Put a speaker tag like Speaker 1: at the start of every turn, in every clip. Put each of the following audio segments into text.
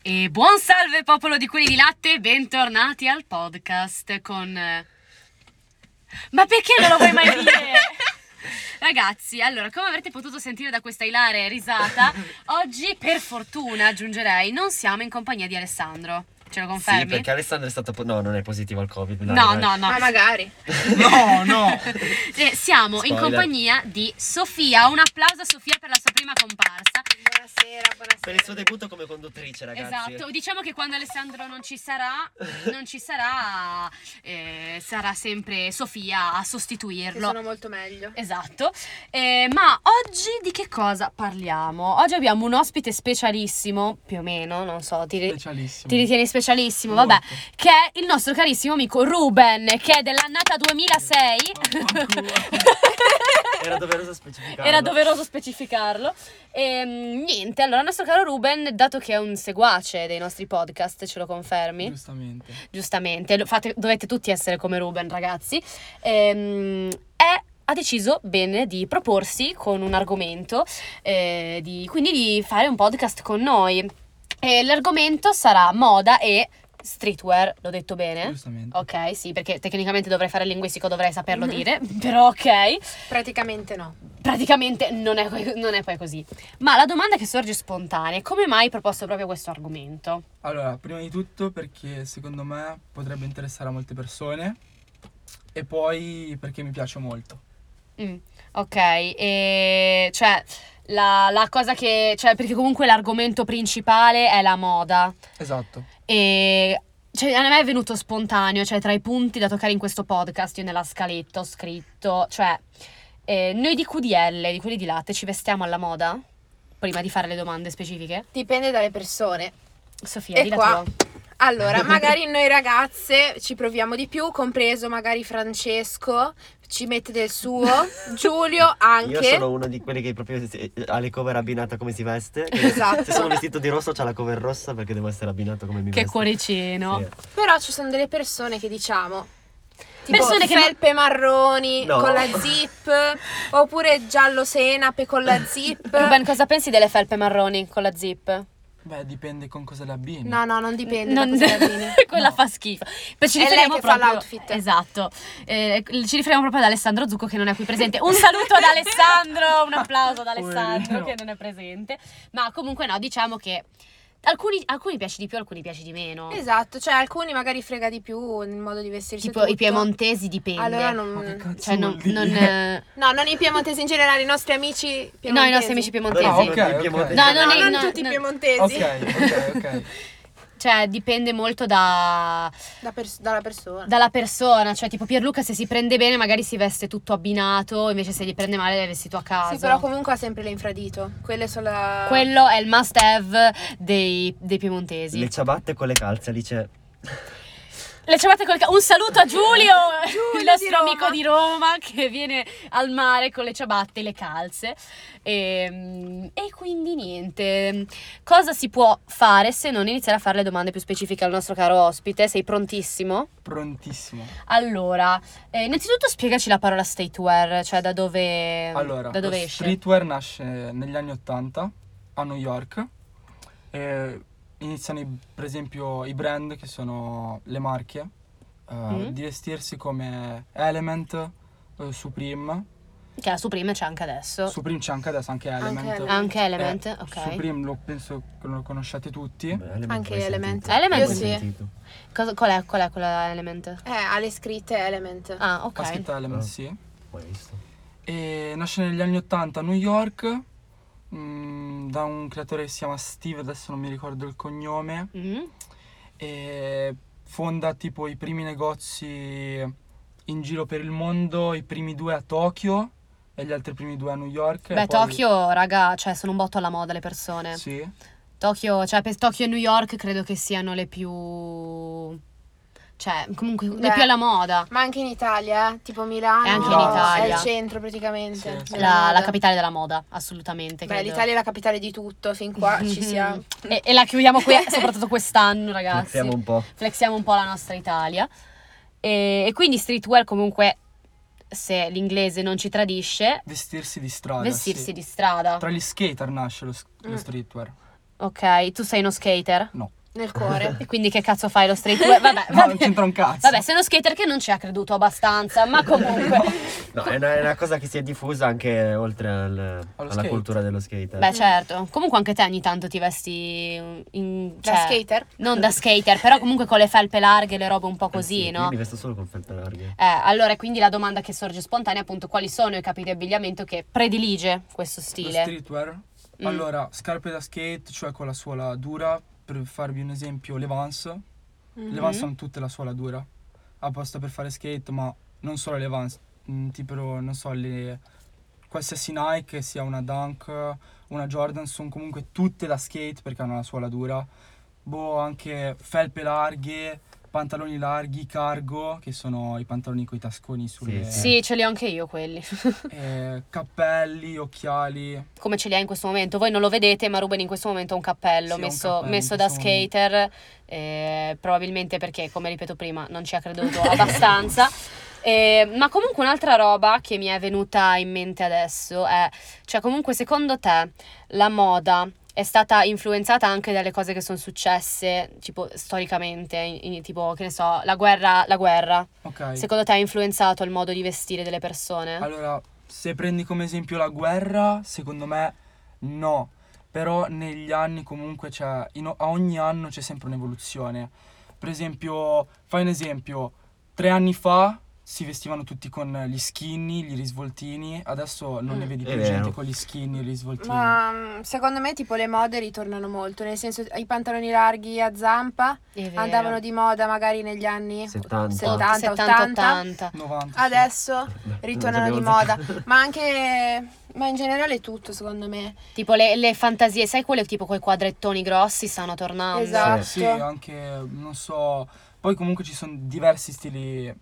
Speaker 1: E buon salve popolo di quelli di latte, bentornati al podcast con... eh, Ma perché non lo vuoi mai dire? Ragazzi, allora, come avrete potuto sentire da questa ilare risata, oggi per fortuna, aggiungerei, non siamo in compagnia di Alessandro. Ce lo confermi?
Speaker 2: Sì, perché Alessandro è stato. po- No, non è positivo al Covid. dai,
Speaker 1: No,
Speaker 2: dai. Ah.
Speaker 1: no, no.
Speaker 3: Ma magari.
Speaker 4: No, no.
Speaker 1: Eh, Siamo in
Speaker 2: Spoiler.
Speaker 1: compagnia di Sofia. Un applauso a Sofia per la sua prima comparsa.
Speaker 3: Buonasera, buonasera.
Speaker 2: Per il suo debutto come conduttrice, ragazzi.
Speaker 1: Esatto, diciamo che quando Alessandro non ci sarà, non ci sarà, eh, sarà sempre Sofia a
Speaker 3: Che
Speaker 1: sostituirlo.
Speaker 3: sono molto meglio.
Speaker 1: Esatto, Eh, ma oggi di che cosa parliamo? Oggi abbiamo un ospite specialissimo, più o meno, non so, ti, ri-
Speaker 4: Specialissimo.
Speaker 1: ti ritieni specialissimo, vabbè, che è il nostro carissimo amico Ruben, che è dell'annata 2006.
Speaker 2: Era doveroso specificare.
Speaker 1: Era doveroso specificarlo. E mm, niente, allora, il nostro caro Ruben, dato che è un seguace dei nostri podcast, ce lo confermi?
Speaker 4: Giustamente.
Speaker 1: Giustamente, lo fate- dovete tutti essere come Ruben, ragazzi. Ehm, è- ha deciso bene di proporsi con un argomento, eh, di- quindi di fare un podcast con noi. E l'argomento sarà moda e streetwear, l'ho detto bene?
Speaker 4: Giustamente. Mm.
Speaker 1: Ok, sì, perché tecnicamente dovrei fare il linguistico, dovrei saperlo dire, però ok
Speaker 3: Praticamente no.
Speaker 1: praticamente non è, que- non è poi così. Ma la domanda che sorge spontanea è come mai hai proposto proprio questo argomento?
Speaker 4: Allora, prima di tutto perché secondo me potrebbe interessare a molte persone e poi perché mi piace molto.
Speaker 1: Mm, ok, e cioè la, la cosa che... cioè perché comunque l'argomento principale è la moda
Speaker 4: Esatto.
Speaker 1: e... Cioè, a me è venuto spontaneo, cioè tra i punti da toccare in questo podcast, io nella scaletta ho scritto, cioè, eh, noi di QDL, di quelli di latte, ci vestiamo alla moda? Prima di fare le domande specifiche?
Speaker 3: Dipende dalle persone.
Speaker 1: Sofia, di
Speaker 3: E
Speaker 1: la
Speaker 3: qua.
Speaker 1: tua.
Speaker 3: Allora, magari noi ragazze ci proviamo di più, compreso magari Francesco, ci mette del suo, Giulio
Speaker 2: Io
Speaker 3: anche.
Speaker 2: sono uno di quelli che proprio si- eh, ha le cover abbinata come si veste. che
Speaker 3: Esatto.
Speaker 2: Se sono vestito di rosso, c'ha la cover rossa perché devo essere abbinato come mi
Speaker 1: Che
Speaker 2: vesto.
Speaker 1: cuoricino.
Speaker 2: Sì.
Speaker 3: Però ci sono delle persone che diciamo tipo
Speaker 1: Persone che non-
Speaker 3: felpe marroni
Speaker 2: No.
Speaker 3: con la zip oppure giallo senape con la zip.
Speaker 1: Ruben, cosa pensi delle felpe marroni con la zip?
Speaker 4: Beh, dipende con cosa le abbini.
Speaker 3: No, no, non dipende
Speaker 1: Non-
Speaker 3: da cosa cammini.
Speaker 1: Quella
Speaker 4: No.
Speaker 1: fa schifo. Poi ci
Speaker 3: È lei
Speaker 1: riferiamo
Speaker 3: che fa
Speaker 1: proprio...
Speaker 3: l'outfit.
Speaker 1: Esatto. Eh, ci riferiamo proprio ad Alessandro Zucco che non è qui presente. Un saluto ad Alessandro, un applauso ad Alessandro
Speaker 4: Poverino.
Speaker 1: che non è presente. Ma comunque no, diciamo che alcuni, alcuni piace di più, alcuni piace di meno.
Speaker 3: Esatto, cioè alcuni magari frega di più nel modo di vestirsi
Speaker 1: Tipo
Speaker 3: tutto.
Speaker 1: i piemontesi dipende.
Speaker 3: Allora
Speaker 4: Ma che
Speaker 3: non...
Speaker 4: cazzo
Speaker 1: Cioè non...
Speaker 4: vuol dire?
Speaker 1: non, eh,
Speaker 3: No, non i piemontesi in generale, i nostri amici piemontesi.
Speaker 1: No, i nostri amici piemontesi.
Speaker 4: Ah, ok,
Speaker 2: Sono
Speaker 4: ok.
Speaker 2: piemontesi.
Speaker 1: No, no,
Speaker 3: No,
Speaker 1: no,
Speaker 3: non
Speaker 1: no,
Speaker 3: tutti
Speaker 1: no.
Speaker 3: i piemontesi.
Speaker 4: Ok, ok, ok.
Speaker 1: Cioè dipende molto da...
Speaker 3: Da pers- dalla persona.
Speaker 1: dalla persona, cioè tipo Pierluca se si prende bene magari si veste tutto abbinato, invece se gli prende male è vestito a caso.
Speaker 3: Sì, però comunque ha sempre l'infradito. Quelle sono la...
Speaker 1: Quello è il must have dei, dei piemontesi.
Speaker 2: Le ciabatte con le calze, lì c'è.
Speaker 1: Le ciabatte col ca- Un saluto a Giulio,
Speaker 3: Giulio
Speaker 1: il
Speaker 3: di
Speaker 1: nostro
Speaker 3: Roma.
Speaker 1: amico di Roma che viene al mare con le ciabatte e le calze. Ehm, E, quindi niente. Cosa si può fare se non iniziare a fare le domande più specifiche al nostro caro ospite? Sei prontissimo?
Speaker 4: Prontissimo.
Speaker 1: Allora, eh, innanzitutto spiegaci la parola streetwear, cioè da dove,
Speaker 4: Allora,
Speaker 1: da dove
Speaker 4: lo
Speaker 1: esce.
Speaker 4: streetwear nasce negli anni 80 a New York. E iniziano, i- per esempio, i brand che sono le marche eh,
Speaker 1: Mm.
Speaker 4: di vestirsi come Element, eh, Supreme.
Speaker 1: Che la Supreme c'è anche adesso.
Speaker 4: Supreme c'è anche adesso, anche Element.
Speaker 3: Element.
Speaker 1: Esatto. anche Element,
Speaker 4: Eh,
Speaker 1: ok.
Speaker 4: Supreme lo penso che lo conosciate tutti.
Speaker 2: Beh, Element
Speaker 3: Anche
Speaker 2: l'hai
Speaker 3: Element.
Speaker 2: sentito?
Speaker 1: Element
Speaker 2: L'hai
Speaker 1: sì.
Speaker 2: sentito?
Speaker 1: Cosa- qual, è, qual è quella Element?
Speaker 3: Eh, ha le scritte Element.
Speaker 1: Ah, ok.
Speaker 4: Ha scritto Element,
Speaker 2: Ah.
Speaker 4: sì.
Speaker 2: Mai visto.
Speaker 4: E nasce negli anni 80 a New York mm, da un creatore che si chiama Steve, adesso non mi ricordo il cognome.
Speaker 1: Mhm.
Speaker 4: e fonda tipo i primi negozi in giro per il mondo, i primi due a Tokyo e gli altri primi due a New York. e
Speaker 1: Beh,
Speaker 4: poi-
Speaker 1: Tokyo, raga, cioè sono un botto alla moda le persone.
Speaker 4: Sì,
Speaker 1: Tokyo, cioè per Tokyo e New York credo che siano le più... Cioè, comunque, le
Speaker 3: Beh.
Speaker 1: più alla moda.
Speaker 3: Ma anche in Italia, eh, tipo Milano.
Speaker 1: E anche
Speaker 4: in Italia.
Speaker 3: È il centro praticamente.
Speaker 4: Sì, sì.
Speaker 3: della
Speaker 1: La, la
Speaker 3: moda.
Speaker 1: capitale della moda, assolutamente.
Speaker 3: Beh,
Speaker 1: credo.
Speaker 3: l'Italia è la capitale di tutto, fin qua ci siamo.
Speaker 1: e, e la chiudiamo qui, soprattutto quest'anno, ragazzi.
Speaker 2: Riflettiamo un po'.
Speaker 1: flexiamo un po' la nostra Italia. E, e quindi streetwear comunque, se l'inglese non ci tradisce,
Speaker 4: vestirsi di strada.
Speaker 1: vestirsi
Speaker 4: sì.
Speaker 1: di strada.
Speaker 4: Tra gli skater nasce lo, s- lo
Speaker 3: Mm.
Speaker 4: streetwear.
Speaker 1: Ok, tu sei uno skater?
Speaker 4: No.
Speaker 3: nel cuore.
Speaker 1: E quindi che cazzo fai lo straight wear? Vabbè,
Speaker 4: No, non
Speaker 1: vabbè.
Speaker 4: c'entra un cazzo.
Speaker 1: Vabbè, sei uno skater che non ci ha creduto abbastanza, ma comunque.
Speaker 2: No, è una, è una cosa che si è diffusa anche oltre al- alla
Speaker 4: skate.
Speaker 2: cultura dello skater.
Speaker 1: Beh, certo. Comunque anche te ogni tanto ti vesti in,
Speaker 3: Da
Speaker 1: cioè,
Speaker 3: skater?
Speaker 1: Non da skater, però comunque con le felpe larghe, le robe un po'
Speaker 2: Eh
Speaker 1: così,
Speaker 2: sì, Io
Speaker 1: no?
Speaker 2: mi vesto solo con felpe larghe.
Speaker 1: Eh, allora, quindi la domanda che sorge spontanea è appunto quali sono i capi di abbigliamento che predilige questo
Speaker 4: Lo
Speaker 1: stile?
Speaker 4: streetwear.
Speaker 1: Mm.
Speaker 4: Allora, scarpe da skate, cioè con la suola dura, per farvi un esempio, le Vans. Le Vans hanno tutte la suola dura, apposta per fare skate, ma non solo le Vans, mm, tipo, non so, le... qualsiasi Nike, sia una Dunk, una Jordan, sono comunque tutte da skate perché hanno la suola dura. Boh, anche felpe larghe, pantaloni larghi, cargo, che sono i pantaloni con i tasconi sulle...
Speaker 2: Sì,
Speaker 1: Sì, ce li ho anche io quelli.
Speaker 4: eh, cappelli, occhiali,
Speaker 1: Come ce li ha in questo momento? Voi non lo vedete, ma Ruben in questo momento ha un cappello
Speaker 4: Sì, ho un
Speaker 1: messo,
Speaker 4: cappello in
Speaker 1: messo da
Speaker 4: questo momento.
Speaker 1: skater, eh, probabilmente perché, come ripeto prima, non ci ha creduto abbastanza. Eh, ma comunque un'altra roba che mi è venuta in mente adesso è, cioè comunque secondo te la moda è stata influenzata anche dalle cose che sono successe, tipo storicamente, in- in- tipo che ne so, la guerra, la guerra.
Speaker 4: ok.
Speaker 1: Secondo te ha influenzato il modo di vestire delle persone?
Speaker 4: Allora, se prendi come esempio la guerra, secondo me no. Però negli anni comunque c'è, in o- a ogni anno c'è sempre un'evoluzione. Per esempio, fai un esempio, tre anni fa si vestivano tutti con gli skinny, gli risvoltini, adesso non ne
Speaker 3: Mm.
Speaker 4: vedi
Speaker 2: È
Speaker 4: più
Speaker 2: vero.
Speaker 4: gente con gli skinny, i risvoltini.
Speaker 3: Ma mm, secondo me tipo le mode ritornano molto, nel senso i pantaloni larghi a zampa
Speaker 1: È vero.
Speaker 3: andavano di moda magari negli anni
Speaker 2: 70.
Speaker 3: 70, 80.
Speaker 1: 70-80.
Speaker 4: 90. sì.
Speaker 3: Adesso
Speaker 2: No,
Speaker 3: ritornano
Speaker 2: non
Speaker 3: di
Speaker 2: abbiamo
Speaker 3: moda,
Speaker 2: detto-
Speaker 3: ma anche ma in generale tutto secondo me.
Speaker 1: Tipo le, le fantasie, sai quelle tipo quei quadrettoni grossi stanno tornando.
Speaker 3: Esatto.
Speaker 4: Sì,
Speaker 1: Certo. Ah,
Speaker 4: anche, non so, poi comunque ci sono diversi stili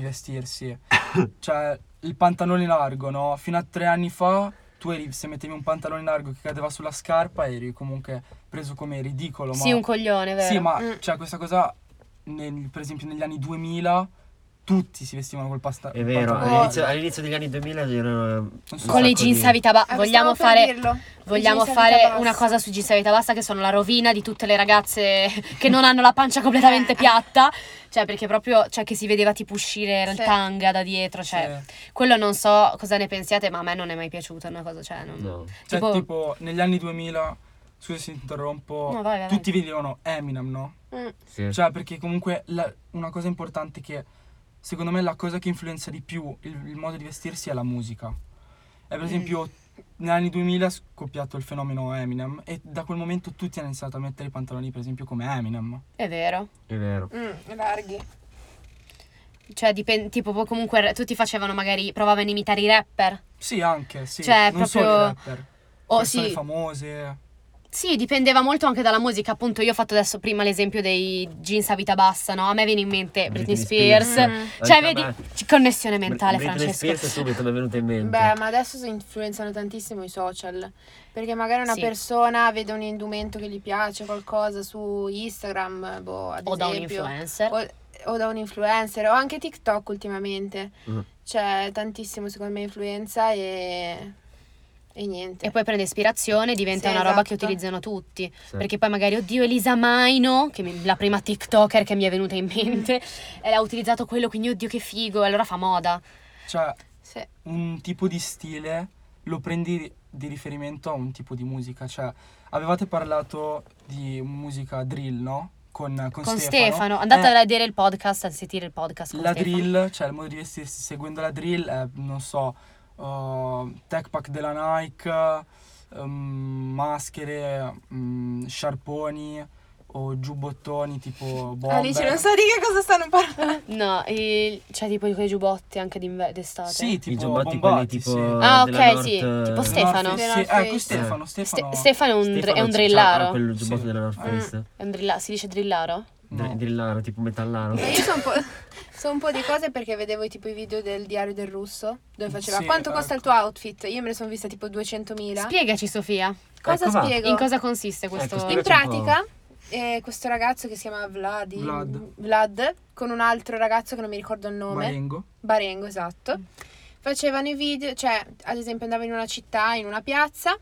Speaker 4: vestirsi. cioè, il pantalone largo, no? Fino a tre anni fa, tu eri, se mettevi un pantalone largo che cadeva sulla scarpa, eri comunque preso come ridicolo.
Speaker 1: Sì,
Speaker 4: ma...
Speaker 1: un coglione, vero?
Speaker 4: Sì, ma
Speaker 3: Mm.
Speaker 4: cioè, questa cosa, nel- per esempio, negli anni 2000, tutti si vestivano col pasta-
Speaker 2: È vero,
Speaker 4: pantalone
Speaker 3: Oh.
Speaker 1: Eh,
Speaker 2: all'inizio, all'inizio degli anni 2000 c'erano un
Speaker 4: so.
Speaker 1: Con
Speaker 2: sacco
Speaker 1: le
Speaker 2: di-
Speaker 1: jeans a vita bassa.
Speaker 3: Ah,
Speaker 1: Vogliamo
Speaker 3: stavo per
Speaker 1: fare,
Speaker 3: dirlo.
Speaker 1: vogliamo
Speaker 3: I jeans a vita
Speaker 1: fare
Speaker 3: bassa.
Speaker 1: una cosa sui jeans a vita bassa che sono la rovina di tutte le ragazze che non hanno la pancia
Speaker 3: Eh.
Speaker 1: completamente piatta. Cioè, perché proprio, cioè, che si vedeva tipo uscire il
Speaker 3: Sì.
Speaker 1: tanga da dietro. Cioè,
Speaker 4: Sì.
Speaker 1: quello non so cosa ne pensiate, ma a me non è mai piaciuta. è Una cosa, cioè, non...
Speaker 2: No.
Speaker 4: Cioè,
Speaker 1: Tipo-
Speaker 4: tipo... negli anni 2000, scusa se interrompo,
Speaker 1: No, vai, vai, vai.
Speaker 4: tutti vedevano Eminem, no?
Speaker 3: Mm.
Speaker 2: Sì.
Speaker 4: Cioè, perché comunque la- una cosa importante che secondo me la cosa che influenza di più il, il modo di vestirsi è la musica. E per
Speaker 1: Mm.
Speaker 4: esempio, negli anni 2000 è scoppiato il fenomeno Eminem e da quel momento tutti hanno iniziato a mettere i pantaloni, per esempio, come Eminem.
Speaker 1: È vero.
Speaker 2: È vero.
Speaker 3: Mm, larghi.
Speaker 1: Cioè, dipende, tipo, poi comunque tutti facevano magari, provavano a imitare i rapper.
Speaker 4: Sì, anche, sì.
Speaker 1: Cioè,
Speaker 4: non
Speaker 1: proprio-
Speaker 4: solo i rapper.
Speaker 1: O
Speaker 4: persone
Speaker 1: sì,
Speaker 4: famose.
Speaker 1: Sì, dipendeva molto anche dalla musica. Appunto, io ho fatto adesso prima l'esempio dei jeans a vita bassa, no? A me viene in mente Britney,
Speaker 2: Britney
Speaker 1: Spears.
Speaker 2: Spears.
Speaker 3: Mm.
Speaker 1: Cioè,
Speaker 2: Anche a
Speaker 1: vedi,
Speaker 2: me.
Speaker 1: c- connessione mentale,
Speaker 2: Britney
Speaker 1: Francesco.
Speaker 2: Spears subito mi è venuta in mente.
Speaker 3: Beh, ma adesso si influenzano tantissimo i social, perché magari una
Speaker 1: Sì.
Speaker 3: persona vede un indumento che gli piace, qualcosa su Instagram, boh,
Speaker 4: Mm.
Speaker 3: ad
Speaker 1: O da un
Speaker 3: esempio,
Speaker 1: influencer.
Speaker 3: o, o da un influencer, o anche TikTok ultimamente.
Speaker 2: Mm.
Speaker 3: C'è tantissimo, secondo me, influenza e, e niente.
Speaker 1: E poi prende ispirazione, diventa
Speaker 3: Sì,
Speaker 1: una roba che
Speaker 3: esatto.
Speaker 1: utilizzano tutti.
Speaker 2: Sì.
Speaker 1: Perché poi magari, oddio, Elisa Maino, che mi- la prima TikToker che mi è venuta in mente,
Speaker 3: Mm.
Speaker 1: eh, ha utilizzato quello, quindi oddio che figo, e allora fa moda.
Speaker 4: Cioè,
Speaker 3: Sì.
Speaker 4: un tipo di stile lo prendi di riferimento a un tipo di musica. Cioè, avevate parlato di musica drill, no? Con, con,
Speaker 1: Con Stefano,
Speaker 4: Stefano.
Speaker 1: andate
Speaker 4: Eh,
Speaker 1: a vedere il podcast, a sentire il podcast con
Speaker 4: la
Speaker 1: Stefano.
Speaker 4: drill, cioè il modo di vestirsi seguendo la drill è, non so, uh, tech pack della Nike, um, maschere, mm, sciarponi o giubbottoni tipo bomber.
Speaker 3: Alice non so di che cosa stanno parlando.
Speaker 1: No, il- cioè tipo quei giubbotti anche d'inve- d'estate.
Speaker 4: Sì,
Speaker 2: I
Speaker 4: tipo
Speaker 2: giubbotti quelli
Speaker 4: bombati,
Speaker 2: tipo eh,
Speaker 4: sì.
Speaker 1: Ah, ok,
Speaker 2: della North,
Speaker 1: sì, tipo
Speaker 2: eh,
Speaker 1: Ste- Stefano.
Speaker 4: North
Speaker 3: Della North
Speaker 4: Face, Sì, ecco
Speaker 3: Face.
Speaker 4: Stefano,
Speaker 1: Ste-
Speaker 4: Stefano.
Speaker 1: Stefano è un, dr- è un
Speaker 2: c'ha-
Speaker 1: drillaro.
Speaker 2: ha quel giubbotto
Speaker 4: Sì.
Speaker 2: della North Face.
Speaker 1: È un drilla- si dice drillaro?
Speaker 2: Dr-
Speaker 4: Mm. No.
Speaker 2: Drillaro, tipo metallaro.
Speaker 3: Ma Io so un, po', so un po' di cose perché vedevo tipo i video del diario del russo dove faceva
Speaker 4: Sì,
Speaker 3: quanto costa il
Speaker 4: ecco.
Speaker 3: tuo outfit? Io me ne sono vista tipo 200.000.
Speaker 1: Spiegaci, Sofia,
Speaker 3: cosa
Speaker 2: Ecco qua.
Speaker 3: spiego?
Speaker 1: in cosa consiste questo.
Speaker 2: Ecco,
Speaker 3: In
Speaker 2: Spiegaci un
Speaker 3: pratica, eh, questo ragazzo che si chiama Vladi,
Speaker 4: Vlad.
Speaker 3: Vlad, con un altro ragazzo che non mi ricordo il nome, Barengo,
Speaker 4: Marengo.
Speaker 3: esatto, facevano i video, cioè ad esempio andava in una città, in una piazza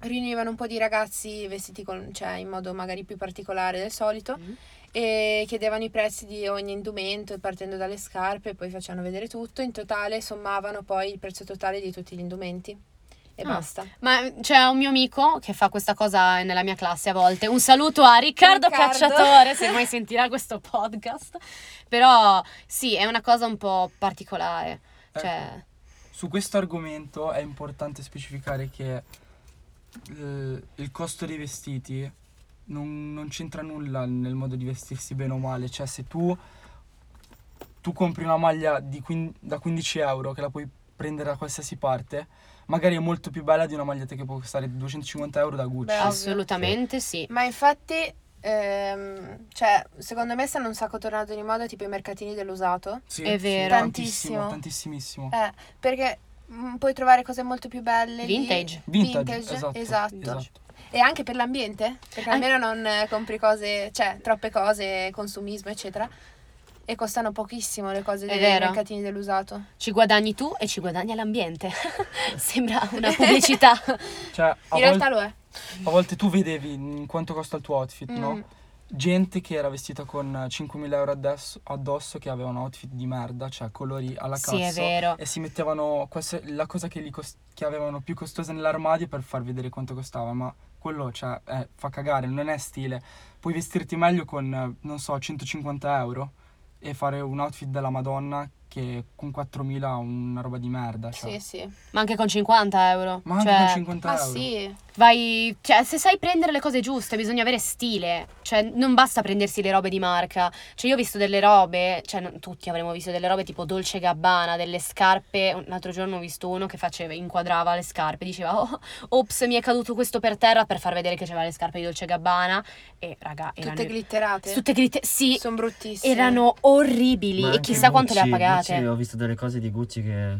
Speaker 3: riunivano un po' di ragazzi vestiti con- cioè, in modo magari più particolare del solito
Speaker 1: Mhm.
Speaker 3: e chiedevano i prezzi di ogni indumento e partendo dalle scarpe poi facevano vedere tutto. In totale sommavano poi il prezzo totale di tutti gli indumenti e
Speaker 1: Ah.
Speaker 3: basta.
Speaker 1: Ma c'è un mio amico che fa questa cosa nella mia classe a volte. Un saluto a Riccardo,
Speaker 3: Riccardo.
Speaker 1: Cacciatore, se mai sentirà questo podcast. Però sì, è una cosa un po' particolare.
Speaker 4: Ecco.
Speaker 1: Cioè,
Speaker 4: Su questo argomento è importante specificare che eh, il costo dei vestiti non, non c'entra nulla nel modo di vestirsi bene o male. Cioè, se tu, tu compri una maglia di quin- da 15 euro che la puoi prendere da qualsiasi parte, magari è molto più bella di una maglietta che può costare 250 euro da Gucci.
Speaker 3: Beh,
Speaker 1: assolutamente sì.
Speaker 3: Ma infatti, ehm, cioè, secondo me stanno un sacco tornando di moda tipo i mercatini dell'usato.
Speaker 4: Sì,
Speaker 1: è
Speaker 4: sì,
Speaker 1: vero.
Speaker 4: Tantissimo,
Speaker 3: Tantissimo.
Speaker 4: tantissimissimo.
Speaker 3: Eh, perché mm, puoi trovare cose molto più belle. lì.
Speaker 1: Vintage.
Speaker 4: Vintage,
Speaker 3: vintage,
Speaker 4: esatto,
Speaker 3: esatto.
Speaker 4: esatto.
Speaker 3: E anche per l'ambiente, perché
Speaker 1: Anche-
Speaker 3: almeno non eh, compri cose, cioè troppe cose, consumismo, eccetera. E costano pochissimo le cose
Speaker 1: È
Speaker 3: dei
Speaker 1: vero.
Speaker 3: mercatini dell'usato.
Speaker 1: Ci guadagni tu e ci guadagna l'ambiente. Sembra una pubblicità.
Speaker 4: Cioè, a,
Speaker 3: In
Speaker 4: vol-
Speaker 3: realtà lo è.
Speaker 4: a volte tu vedevi in quanto costa il tuo outfit, no?
Speaker 3: Mm.
Speaker 4: gente che era vestita con eh, 5.000 euro addosso, addosso che aveva un outfit di merda, cioè colori alla cazzo.
Speaker 1: sì, è vero.
Speaker 4: E si mettevano qualsi- la cosa che, li cos- che avevano più costosa nell'armadio per far vedere quanto costava, ma quello cioè, eh, fa cagare, non è stile. Puoi vestirti meglio con, eh, non so, 150 euro e fare un outfit della Madonna che con 4.000 è una roba di merda. Cioè.
Speaker 3: Sì, sì.
Speaker 1: Ma anche con 50 euro.
Speaker 4: Ma anche
Speaker 1: Cioè,
Speaker 4: con 50
Speaker 3: Ma
Speaker 4: euro.
Speaker 3: sì.
Speaker 1: Vai, cioè, se sai prendere le cose giuste, bisogna avere stile. Cioè, non basta prendersi le robe di marca. Cioè, io ho visto delle robe, cioè, non- tutti avremmo visto delle robe tipo Dolce Gabbana, delle scarpe. Un altro giorno ho visto uno che faceva, inquadrava le scarpe, diceva, oh, ops, mi è caduto questo per terra per far vedere che c'aveva le scarpe di Dolce Gabbana. E, raga, erano...
Speaker 3: Tutte glitterate.
Speaker 1: tutte glitte- Sì,
Speaker 3: Sono bruttissime.
Speaker 1: erano orribili.
Speaker 2: Ma
Speaker 1: e
Speaker 2: anche
Speaker 1: chissà quanto le ha
Speaker 2: Gucci,
Speaker 1: pagate.
Speaker 2: Gucci, ho visto delle cose di Gucci che...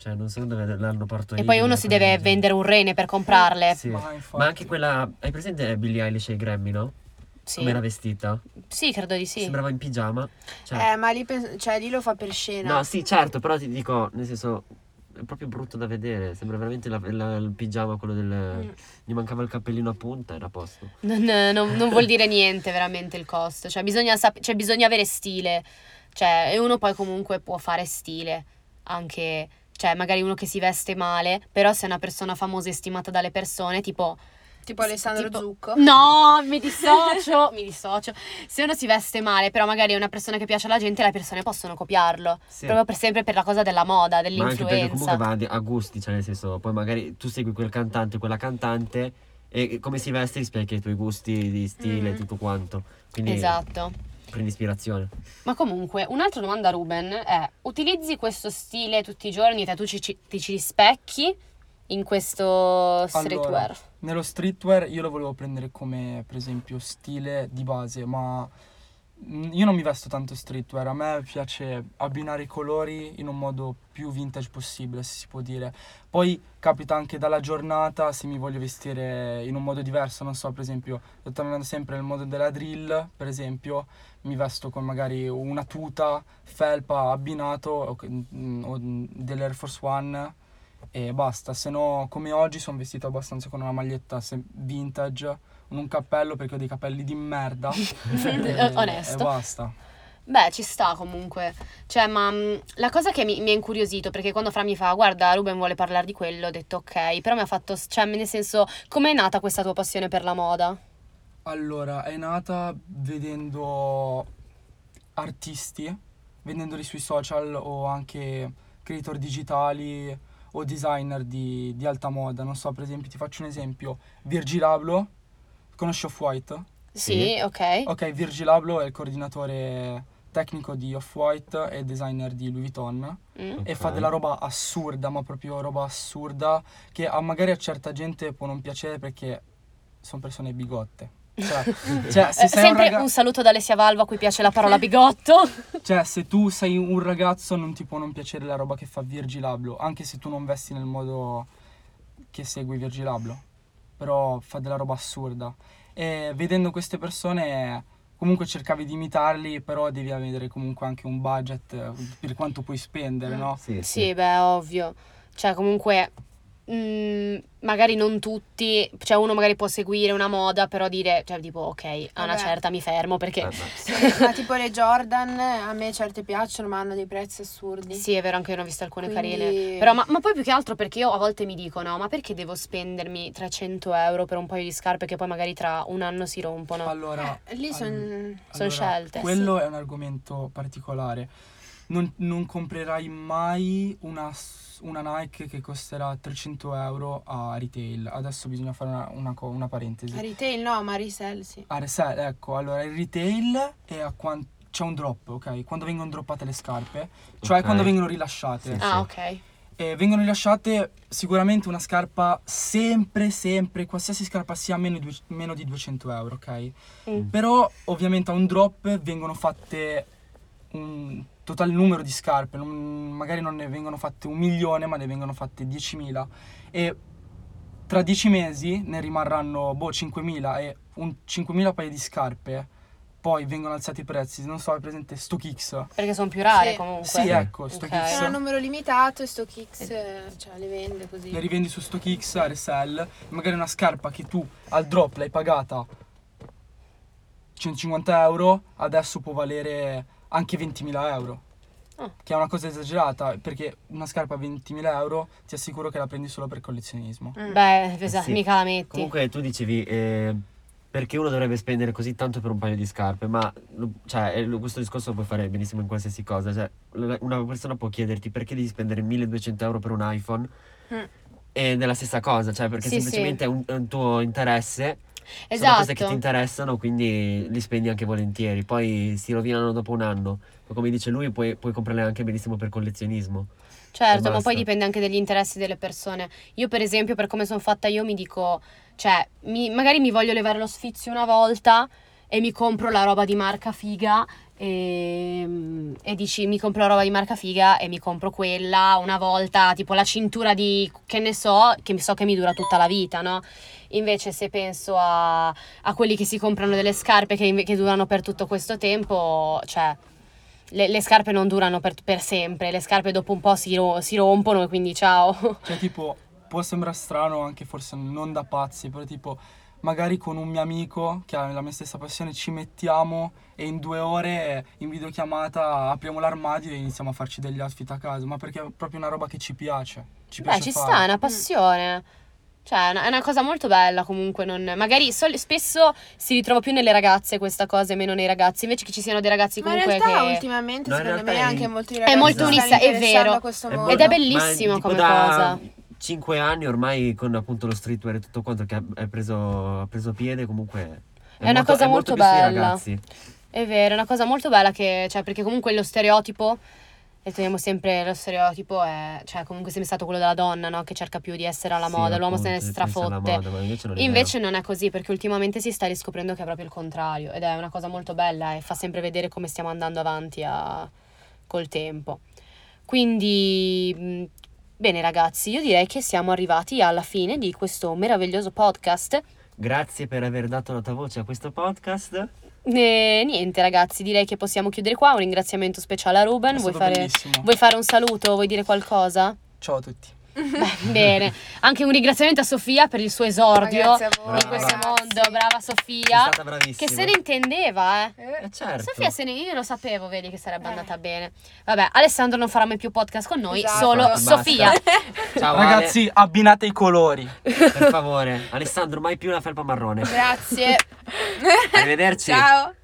Speaker 2: Cioè, non so dove l'hanno partorito.
Speaker 1: E poi uno si deve vendere un rene per comprarle.
Speaker 2: Sì.
Speaker 4: Ma infatti.
Speaker 2: Ma anche quella... Hai presente Billie Eilish ai Grammy, no?
Speaker 1: Sì.
Speaker 2: Come era vestita?
Speaker 1: Sì, credo di sì.
Speaker 2: Sembrava in pigiama. Cioè,
Speaker 3: Eh, ma lì, pens- cioè, lì lo fa per
Speaker 1: Eh,
Speaker 3: scena.
Speaker 2: No, sì, certo, però ti dico, nel senso, è proprio brutto da vedere. Sembra veramente la- la- il pigiama, quello del.
Speaker 3: Mm.
Speaker 2: Gli mancava il cappellino a punta, era a posto.
Speaker 1: Non, non- non vuol dire niente veramente il costo, cioè bisogna, sap- cioè, bisogna avere stile, cioè, e uno poi comunque può fare stile, anche, cioè magari uno che si veste male, però se è una persona famosa e stimata dalle persone, tipo...
Speaker 3: Tipo Alessandro
Speaker 1: tipo-
Speaker 3: Zucco.
Speaker 1: No, mi dissocio, mi dissocio. Se uno si veste male, però magari è una persona che piace alla gente, le persone possono copiarlo,
Speaker 2: Sì.
Speaker 1: proprio per sempre per la cosa della moda,
Speaker 2: Ma anche perché comunque
Speaker 1: dell'influenza.
Speaker 2: va di- a gusti, cioè nel senso, poi magari tu segui quel cantante, quella cantante e come si veste rispecchia i tuoi gusti di stile e
Speaker 3: Mm.
Speaker 2: tutto quanto. Quindi
Speaker 1: Esatto.
Speaker 2: prendi ispirazione.
Speaker 1: Ma comunque, un'altra domanda a Ruben è: utilizzi questo stile tutti i giorni? Te tu ci, ci- ti ci rispecchi in questo streetwear?
Speaker 4: Nello streetwear io lo volevo prendere come per esempio stile di base, ma mm, io non mi vesto tanto streetwear, a me piace abbinare i colori in un modo più vintage possibile, se si può dire. Poi capita anche dalla giornata se mi voglio vestire in un modo diverso, non so, per esempio, tornando sempre nel modo della drill, per esempio, mi vesto con magari una tuta, felpa abbinato o, che- mm, o dell'Air Force One e basta. Se no, come oggi sono vestito abbastanza con una maglietta se- vintage, un cappello perché ho dei capelli di merda. e,
Speaker 1: Onesto.
Speaker 4: E basta.
Speaker 1: Beh, ci sta comunque. Cioè, ma mh, la cosa che mi, mi ha incuriosito, perché quando Fra mi fa, guarda, Ruben vuole parlare di quello, ho detto ok, però mi ha fatto, cioè, nel senso, com'è nata questa tua passione per la moda?
Speaker 4: Allora, è nata vedendo artisti, vedendoli sui social o anche creator digitali o designer di, di alta moda. Non so, per esempio, ti faccio un esempio. Virgil Abloh, conosci Off-White?
Speaker 1: Sì,
Speaker 2: Sì.
Speaker 1: ok.
Speaker 4: Ok, Virgil Abloh è il coordinatore tecnico di Off-White e designer di Louis Vuitton.
Speaker 1: Mm.
Speaker 4: e fa
Speaker 2: Ok.
Speaker 4: della roba assurda, ma proprio roba assurda, che a magari a certa gente può non piacere perché sono persone bigotte. Cioè, cioè,
Speaker 1: Eh,
Speaker 4: se sei un
Speaker 1: sempre
Speaker 4: raga-
Speaker 1: un saluto da Alessia Valvo a cui piace la parola bigotto.
Speaker 4: cioè, se tu sei un ragazzo non ti può non piacere la roba che fa Virgil Abloh, anche se tu non vesti nel modo che segui Virgil Abloh. Però fa della roba assurda. E vedendo queste persone comunque cercavi di imitarli, però devi avere comunque anche un
Speaker 1: Mm.
Speaker 4: budget eh, per quanto puoi spendere, no?
Speaker 2: Sì,
Speaker 1: Sì, beh, ovvio. Cioè, comunque mm, magari non tutti, cioè uno magari può seguire una moda, però dire, cioè tipo ok, a una
Speaker 3: Vabbè.
Speaker 1: certa mi fermo perché...
Speaker 2: Eh, ma-
Speaker 3: Sì, ma tipo le Jordan a me certe piacciono ma hanno dei prezzi
Speaker 2: Eh.
Speaker 3: assurdi.
Speaker 1: Sì, è vero, anche io ne ho viste alcune
Speaker 3: Quindi-
Speaker 1: carine. Però, ma, ma poi più che altro perché io a volte mi dico, no, ma perché devo spendermi 300 euro per un paio di scarpe che poi magari tra un anno si rompono?
Speaker 4: Allora,
Speaker 3: Eh, lì sono...
Speaker 1: Sono scelte, sì.
Speaker 4: Quello è un argomento particolare. Non, non comprerai mai una, s- una Nike che costerà 300 euro a retail. Adesso bisogna fare una, una co- una
Speaker 3: A
Speaker 4: parentesi.
Speaker 3: retail no, ma a resell
Speaker 1: Eh,
Speaker 3: sì.
Speaker 4: A resell, ecco, allora il retail è a quan- c'è un drop, ok? Quando vengono droppate le scarpe, cioè
Speaker 2: Ok.
Speaker 4: quando vengono rilasciate.
Speaker 2: Sì.
Speaker 1: Ah, ok.
Speaker 4: E Eh, vengono rilasciate sicuramente una scarpa sempre, sempre, qualsiasi scarpa sia meno di, due- meno di 200 euro, ok?
Speaker 1: Mm.
Speaker 4: Però ovviamente a un drop vengono fatte un totale numero di scarpe, non- magari non ne vengono fatte un milione ma ne vengono fatte 10.000 e tra 10 mesi ne rimarranno boh 5.000 e un 5.000 paia di scarpe poi vengono alzati i prezzi, non so, hai presente StockX?
Speaker 1: Perché sono più rare
Speaker 3: Sì.
Speaker 1: comunque.
Speaker 4: Sì,
Speaker 2: eh.
Speaker 4: ecco,
Speaker 1: Ok.
Speaker 4: StockX.
Speaker 3: È
Speaker 1: Sì.
Speaker 3: un numero limitato e sto Kicks
Speaker 1: Eh.
Speaker 3: cioè, le vende così.
Speaker 4: le rivendi su StockX, RSL, magari una scarpa che tu al drop l'hai pagata 150 euro, adesso può valere anche 20.000 euro.
Speaker 1: Ah.
Speaker 4: Che è una cosa esagerata, perché una scarpa a 20.000 euro ti assicuro che la prendi solo per collezionismo.
Speaker 3: Mm.
Speaker 1: Beh, esatto,
Speaker 2: Sì.
Speaker 1: mica la metti.
Speaker 2: Comunque tu dicevi eh, perché uno dovrebbe spendere così tanto per un paio di scarpe, ma lo- cioè, eh, lo- questo discorso lo puoi fare benissimo in qualsiasi cosa. Cioè, l- una persona può chiederti perché devi spendere 1200 euro per un iPhone
Speaker 3: Mm.
Speaker 2: ed è la stessa cosa, cioè perché
Speaker 1: Sì, sì.
Speaker 2: semplicemente è, un, è un tuo interesse, sono cose che ti
Speaker 1: esatto.
Speaker 2: interessano, quindi li spendi anche volentieri, poi si rovinano dopo un anno. Ma come dice lui, puoi, puoi comprarle anche benissimo per collezionismo.
Speaker 1: Certo, ma
Speaker 2: basta.
Speaker 1: poi dipende anche dagli interessi delle persone. Io, per esempio, per come sono fatta io, mi dico, cioè, mi- magari mi voglio levare lo sfizio una volta e mi compro la roba di marca figa. E, e dici mi compro la roba di marca figa e mi compro quella una volta tipo la cintura di che ne so che so che mi dura tutta la vita no invece se penso a, a quelli che si comprano delle scarpe che, inve- che durano per tutto questo tempo cioè le, le scarpe non durano per, per sempre, le scarpe dopo un po' si, ro- si rompono e quindi ciao.
Speaker 4: Cioè, tipo, può sembrare strano, anche forse non da pazzi, però tipo, magari con un mio amico che ha la mia stessa passione ci mettiamo e in due ore in videochiamata apriamo l'armadio e iniziamo a farci degli outfit a caso, ma perché è proprio una roba che ci piace. Ci
Speaker 1: Beh,
Speaker 4: piace
Speaker 1: ci
Speaker 4: fare.
Speaker 1: sta, è una passione. Cioè, è una, è una cosa molto bella comunque. non- magari sol- spesso si ritrova più nelle ragazze questa cosa e meno nei ragazzi. Invece che ci siano dei ragazzi
Speaker 3: Ma in
Speaker 1: comunque
Speaker 3: realtà
Speaker 1: che.
Speaker 3: ultimamente
Speaker 2: No, in
Speaker 3: secondo
Speaker 2: realtà
Speaker 3: me
Speaker 2: è-
Speaker 3: anche molti
Speaker 1: È
Speaker 3: ragazzi
Speaker 1: molto
Speaker 3: si stanno
Speaker 1: unissa, è
Speaker 3: interessando
Speaker 1: vero.
Speaker 3: a questo
Speaker 2: È
Speaker 3: mondo.
Speaker 1: Ed
Speaker 2: molto-
Speaker 1: è bellissimo
Speaker 2: ma, tipo,
Speaker 1: come
Speaker 2: da
Speaker 1: cosa.
Speaker 2: 5 anni ormai con appunto lo streetwear e tutto quanto che ha, è preso, ha preso piede comunque
Speaker 1: È una cosa molto
Speaker 2: più sui
Speaker 1: bella.
Speaker 2: ragazzi.
Speaker 1: È vero, è una cosa molto bella che. Cioè, perché comunque lo stereotipo. E teniamo sempre lo stereotipo, è, cioè, comunque sempre stato quello della donna, no? Che cerca più di essere alla
Speaker 2: Sì,
Speaker 1: moda, l'uomo se ne
Speaker 2: appunto, pensa alla
Speaker 1: strafotte.
Speaker 2: moda, ma invece non è
Speaker 1: Invece non è così perché ultimamente si sta riscoprendo che è proprio il contrario ed è una cosa molto bella e fa sempre vedere come stiamo andando avanti a- col tempo. Quindi, mh, bene ragazzi, io direi che siamo arrivati alla fine di questo meraviglioso podcast.
Speaker 2: vero. Grazie per aver dato la tua voce a questo podcast.
Speaker 1: E niente ragazzi, direi che possiamo chiudere qua. Un ringraziamento speciale a Ruben.
Speaker 4: È
Speaker 1: Vuoi
Speaker 4: stato
Speaker 1: fare,
Speaker 4: bellissimo.
Speaker 1: vuoi fare un saluto? Vuoi dire qualcosa?
Speaker 4: Ciao a tutti.
Speaker 1: Beh, bene. Anche un ringraziamento a Sofia per il suo esordio
Speaker 3: Grazie a voi.
Speaker 1: in questo
Speaker 3: ragazzi.
Speaker 1: mondo. Brava
Speaker 2: È
Speaker 1: Sofia.
Speaker 2: stata bravissima.
Speaker 1: Che se ne intendeva, eh.
Speaker 3: Eh,
Speaker 2: Eh, certo.
Speaker 1: Sofia se ne io lo sapevo, vedi che sarebbe
Speaker 3: Eh.
Speaker 1: andata bene. Vabbè, Alessandro non farà mai più podcast con noi,
Speaker 3: Esatto.
Speaker 1: solo
Speaker 2: Basta.
Speaker 1: Sofia.
Speaker 2: Ciao
Speaker 4: Ragazzi, abbinate i colori.
Speaker 2: Ale, per favore. Alessandro, mai più la felpa marrone.
Speaker 3: Grazie.
Speaker 2: Arrivederci.
Speaker 3: Ciao.